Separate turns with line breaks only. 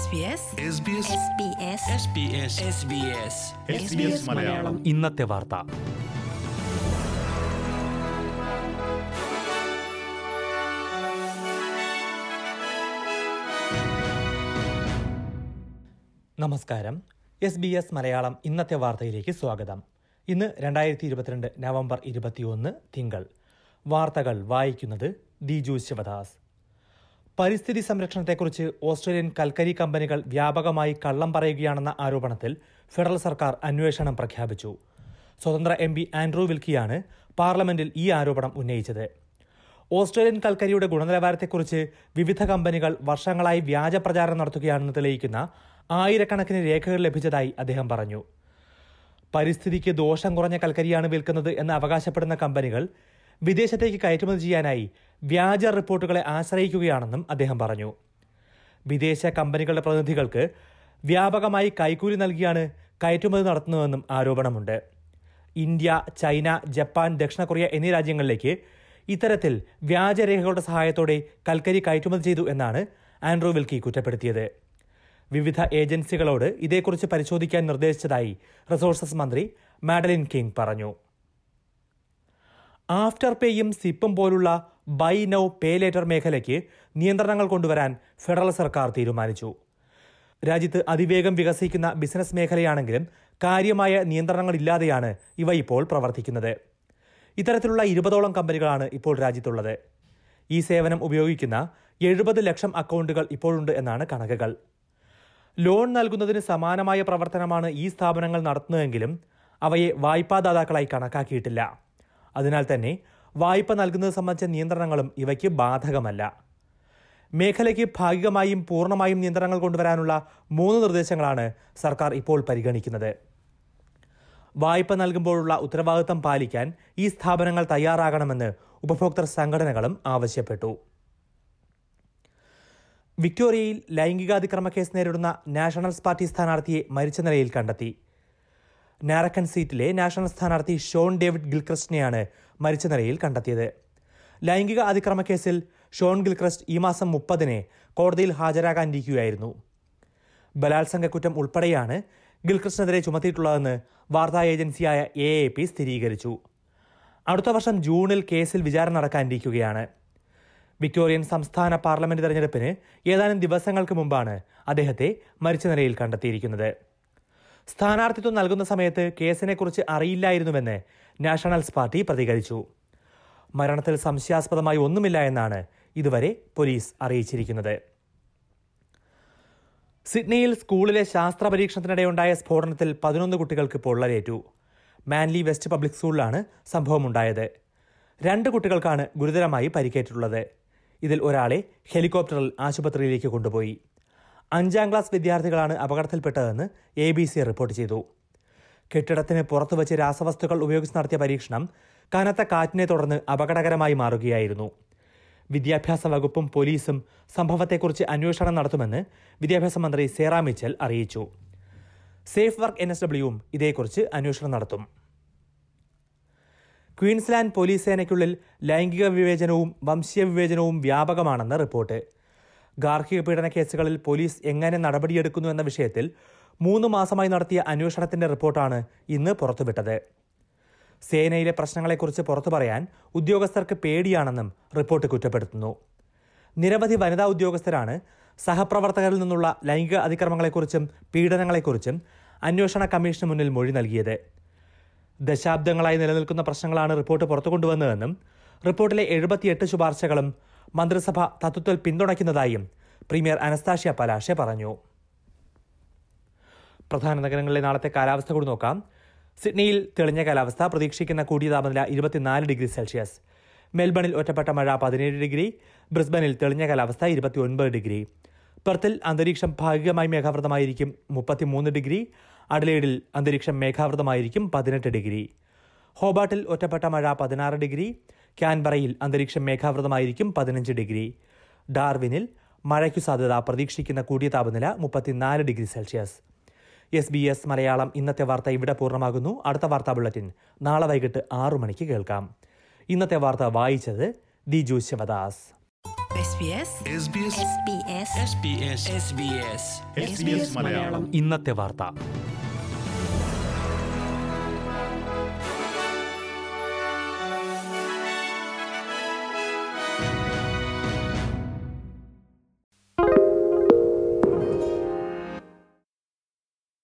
SBS
S B S
SBS
Malayalam
ഇന്നത്തെ വാർത്ത നമസ്കാരം എസ് ബി എസ് മലയാളം ഇന്നത്തെ വാർത്തയിലേക്ക് സ്വാഗതം ഇന്ന് രണ്ടായിരത്തി ഇരുപത്തിരണ്ട് നവംബർ ഇരുപത്തിയൊന്ന് തിങ്കൾ വാർത്തകൾ വായിക്കുന്നത് ദിജു ശിവദാസ് പരിസ്ഥിതി സംരക്ഷണത്തെക്കുറിച്ച് ഓസ്ട്രേലിയൻ കൽക്കരി കമ്പനികൾ വ്യാപകമായി കള്ളം പറയുകയാണെന്ന ആരോപണത്തിൽ ഫെഡറൽ സർക്കാർ അന്വേഷണം പ്രഖ്യാപിച്ചു സ്വതന്ത്ര എം പി ആൻഡ്രൂ വിൽക്കിയാണ് പാർലമെന്റിൽ ഈ ആരോപണം ഉന്നയിച്ചത് ഓസ്ട്രേലിയൻ കൽക്കരിയുടെ ഗുണനിലവാരത്തെക്കുറിച്ച് വിവിധ കമ്പനികൾ വർഷങ്ങളായി വ്യാജ പ്രചാരണം നടത്തുകയാണെന്ന് തെളിയിക്കുന്ന ആയിരക്കണക്കിന് രേഖകൾ ലഭിച്ചതായി അദ്ദേഹം പറഞ്ഞു പരിസ്ഥിതിക്ക് ദോഷം കുറഞ്ഞ കൽക്കരിയാണ് വിൽക്കുന്നത് എന്ന് അവകാശപ്പെടുന്ന കമ്പനികൾ വിദേശത്തേക്ക് കയറ്റുമതി ചെയ്യാനായി വ്യാജ റിപ്പോർട്ടുകളെ ആശ്രയിക്കുകയാണെന്നും അദ്ദേഹം പറഞ്ഞു വിദേശ കമ്പനികളുടെ പ്രതിനിധികൾക്ക് വ്യാപകമായി കൈക്കൂലി നൽകിയാണ് കയറ്റുമതി നടത്തുന്നതെന്നും ആരോപണമുണ്ട് ഇന്ത്യ ചൈന ജപ്പാൻ ദക്ഷിണ കൊറിയ എന്നീ രാജ്യങ്ങളിലേക്ക് ഇത്തരത്തിൽ വ്യാജരേഖകളുടെ സഹായത്തോടെ കൽക്കരി കയറ്റുമതി ചെയ്തു എന്നാണ് ആൻഡ്രൂ വിൽക്കി കുറ്റപ്പെടുത്തിയത് വിവിധ ഏജൻസികളോട് ഇതേക്കുറിച്ച് പരിശോധിക്കാൻ നിർദ്ദേശിച്ചതായി റിസോഴ്സസ് മന്ത്രി മാഡലിൻ കിങ് പറഞ്ഞു ആഫ്റ്റർ പേയും സിപ്പും പോലുള്ള ബൈ നൌ പേ ലേറ്റർ മേഖലയ്ക്ക് നിയന്ത്രണങ്ങൾ കൊണ്ടുവരാൻ ഫെഡറൽ സർക്കാർ തീരുമാനിച്ചു രാജ്യത്ത് അതിവേഗം വികസിക്കുന്ന ബിസിനസ് മേഖലയാണെങ്കിലും കാര്യമായ നിയന്ത്രണങ്ങളില്ലാതെയാണ് ഇവ ഇപ്പോൾ പ്രവർത്തിക്കുന്നത് ഇത്തരത്തിലുള്ള ഇരുപതോളം കമ്പനികളാണ് ഇപ്പോൾ രാജ്യത്തുള്ളത് ഈ സേവനം ഉപയോഗിക്കുന്ന എഴുപത് ലക്ഷം അക്കൗണ്ടുകൾ ഇപ്പോഴുണ്ട് എന്നാണ് കണക്കുകൾ ലോൺ നൽകുന്നതിന് സമാനമായ പ്രവർത്തനമാണ് ഈ സ്ഥാപനങ്ങൾ നടത്തുന്നതെങ്കിലും അവയെ വായ്പാദാതാക്കളായി കണക്കാക്കിയിട്ടില്ല അതിനാൽ തന്നെ വായ്പ നൽകുന്നത് സംബന്ധിച്ച നിയന്ത്രണങ്ങളും ഇവയ്ക്ക് ബാധകമല്ല മേഖലയ്ക്ക് ഭാഗികമായും പൂർണ്ണമായും നിയന്ത്രണങ്ങൾ കൊണ്ടുവരാനുള്ള മൂന്ന് നിർദ്ദേശങ്ങളാണ് സർക്കാർ ഇപ്പോൾ പരിഗണിക്കുന്നത് വായ്പ നൽകുമ്പോഴുള്ള ഉത്തരവാദിത്തം പാലിക്കാൻ ഈ സ്ഥാപനങ്ങൾ തയ്യാറാകണമെന്ന് ഉപഭോക്തൃ സംഘടനകളും ആവശ്യപ്പെട്ടു വിക്ടോറിയയിൽ ലൈംഗികാതിക്രമ കേസ് നേരിടുന്ന നാഷണൽസ് പാർട്ടി സ്ഥാനാർത്ഥിയെ മരിച്ച നിലയിൽ കണ്ടെത്തി നാരക്കൻ സീറ്റിലെ നാഷണൽ സ്ഥാനാർത്ഥി ഷോൺ ഡേവിഡ് ഗിൽക്രിസ്റ്റിനെയാണ് മരിച്ച നിലയിൽ കണ്ടെത്തിയത് ലൈംഗിക അതിക്രമ കേസിൽ ഷോൺ ഗിൽക്രിസ്റ്റ് ഈ മാസം മുപ്പതിന് കോടതിയിൽ ഹാജരാകാനിരിക്കുകയായിരുന്നു ബലാത്സംഗ കുറ്റം ഉൾപ്പെടെയാണ് ഗിൽക്രിസ്റ്റിനെതിരെ ചുമത്തിയിട്ടുള്ളതെന്ന് വാർത്താ ഏജൻസിയായ എ എ പി സ്ഥിരീകരിച്ചു അടുത്ത വർഷം ജൂണിൽ കേസിൽ വിചാരണ നടക്കാനിരിക്കുകയാണ് വിക്ടോറിയൻ സംസ്ഥാന പാർലമെന്റ് തെരഞ്ഞെടുപ്പിന് ഏതാനും ദിവസങ്ങൾക്ക് മുമ്പാണ് അദ്ദേഹത്തെ മരിച്ച നിലയിൽ കണ്ടെത്തിയിരിക്കുന്നത് സ്ഥാനാർത്ഥിത്വം നൽകുന്ന സമയത്ത് കേസിനെക്കുറിച്ച് അറിയില്ലായിരുന്നുവെന്ന് നാഷണൽസ് പാർട്ടി പ്രതികരിച്ചു മരണത്തിൽ സംശയാസ്പദമായി ഒന്നുമില്ല എന്നാണ് ഇതുവരെ പോലീസ് അറിയിച്ചിരിക്കുന്നത് സിഡ്നിയിൽ സ്കൂളിലെ ശാസ്ത്ര പരീക്ഷണത്തിനിടെയുണ്ടായ സ്ഫോടനത്തിൽ പതിനൊന്ന് കുട്ടികൾക്ക് പൊള്ളലേറ്റു മാൻലി വെസ്റ്റ് പബ്ലിക് സ്കൂളിലാണ് സംഭവമുണ്ടായത് രണ്ട് കുട്ടികൾക്കാണ് ഗുരുതരമായി പരിക്കേറ്റിട്ടുള്ളത് ഇതിൽ ഒരാളെ ഹെലികോപ്റ്ററിൽ ആശുപത്രിയിലേക്ക് കൊണ്ടുപോയി അഞ്ചാം ക്ലാസ് വിദ്യാർത്ഥികളാണ് അപകടത്തിൽപ്പെട്ടതെന്ന് എ ബി സി റിപ്പോർട്ട് ചെയ്തു കെട്ടിടത്തിന് പുറത്തു വച്ച് രാസവസ്തുക്കൾ ഉപയോഗിച്ച് നടത്തിയ പരീക്ഷണം കനത്ത കാറ്റിനെ തുടർന്ന് അപകടകരമായി മാറുകയായിരുന്നു വിദ്യാഭ്യാസ വകുപ്പും പോലീസും സംഭവത്തെക്കുറിച്ച് അന്വേഷണം നടത്തുമെന്ന് വിദ്യാഭ്യാസ മന്ത്രി സേറാ മിച്ചൽ അറിയിച്ചു സേഫ് വർക്ക് എൻ എസ് ഡബ്ല്യുവും ഇതേക്കുറിച്ച് അന്വേഷണം നടത്തും ക്വീൻസ്ലാൻഡ് പോലീസ് സേനയ്ക്കുള്ളിൽ ലൈംഗിക വിവേചനവും വംശീയ വിവേചനവും വ്യാപകമാണെന്ന് റിപ്പോർട്ട് ഗാർഹിക പീഡന കേസുകളിൽ പോലീസ് എങ്ങനെ നടപടിയെടുക്കുന്നു എന്ന വിഷയത്തിൽ മൂന്ന് മാസമായി നടത്തിയ അന്വേഷണത്തിന്റെ റിപ്പോർട്ടാണ് ഇന്ന് പുറത്തുവിട്ടത് സേനയിലെ പ്രശ്നങ്ങളെക്കുറിച്ച് പുറത്തു പറയാൻ ഉദ്യോഗസ്ഥർക്ക് പേടിയാണെന്നും റിപ്പോർട്ട് കുറ്റപ്പെടുത്തുന്നു നിരവധി വനിതാ ഉദ്യോഗസ്ഥരാണ് സഹപ്രവർത്തകരിൽ നിന്നുള്ള ലൈംഗിക അതിക്രമങ്ങളെക്കുറിച്ചും പീഡനങ്ങളെക്കുറിച്ചും അന്വേഷണ കമ്മീഷന് മുന്നിൽ മൊഴി നൽകിയത് ദശാബ്ദങ്ങളായി നിലനിൽക്കുന്ന പ്രശ്നങ്ങളാണ് റിപ്പോർട്ട് പുറത്തു കൊണ്ടുവന്നതെന്നും റിപ്പോർട്ടിലെ എഴുപത്തിയെട്ട് ശുപാർശകളും മന്ത്രിസഭ തത്വത്തിൽ പിന്തുണയ്ക്കുന്നതായും പ്രീമിയർ അനസ്താഷ്യ പലാഷെ പറഞ്ഞു പ്രധാന നഗരങ്ങളിലെ നാളത്തെ കാലാവസ്ഥ കൂടി നോക്കാം സിഡ്നിയിൽ തെളിഞ്ഞ കാലാവസ്ഥ പ്രതീക്ഷിക്കുന്ന കൂടിയ താപനില ഇരുപത്തിനാല് ഡിഗ്രി സെൽഷ്യസ് മെൽബണിൽ ഒറ്റപ്പെട്ട മഴ പതിനേഴ് ഡിഗ്രി ബ്രിസ്ബനിൽ തെളിഞ്ഞ കാലാവസ്ഥ ഇരുപത്തിയൊൻപത് ഡിഗ്രി പെർത്തിൽ അന്തരീക്ഷം ഭാഗികമായി മേഘാവൃതമായിരിക്കും മുപ്പത്തിമൂന്ന് ഡിഗ്രി അഡലേഡിൽ അന്തരീക്ഷം മേഘാവൃതമായിരിക്കും പതിനെട്ട് ഡിഗ്രി ഹോബാട്ടിൽ ഒറ്റപ്പെട്ട മഴ പതിനാറ് ഡിഗ്രി ക്യാൻബറയിൽ അന്തരീക്ഷം മേഘാവൃതമായിരിക്കും പതിനഞ്ച് ഡിഗ്രി ഡാർവിനിൽ മഴയ്ക്കു സാധ്യത പ്രതീക്ഷിക്കുന്ന കൂടിയ താപനില മുപ്പത്തിനാല് degree Celsius S B S Malayalam ഇന്നത്തെ വാർത്ത ഇവിടെ പൂർണ്ണമാകുന്നു അടുത്ത വാർത്താ ബുള്ളറ്റിൻ നാളെ വൈകിട്ട് ആറു മണിക്ക് കേൾക്കാം ഇന്നത്തെ വാർത്ത വായിച്ചത് Diju Sivadas
SBS
SBS
SBS
SBS
SBS
ഇന്നത്തെ വാർത്ത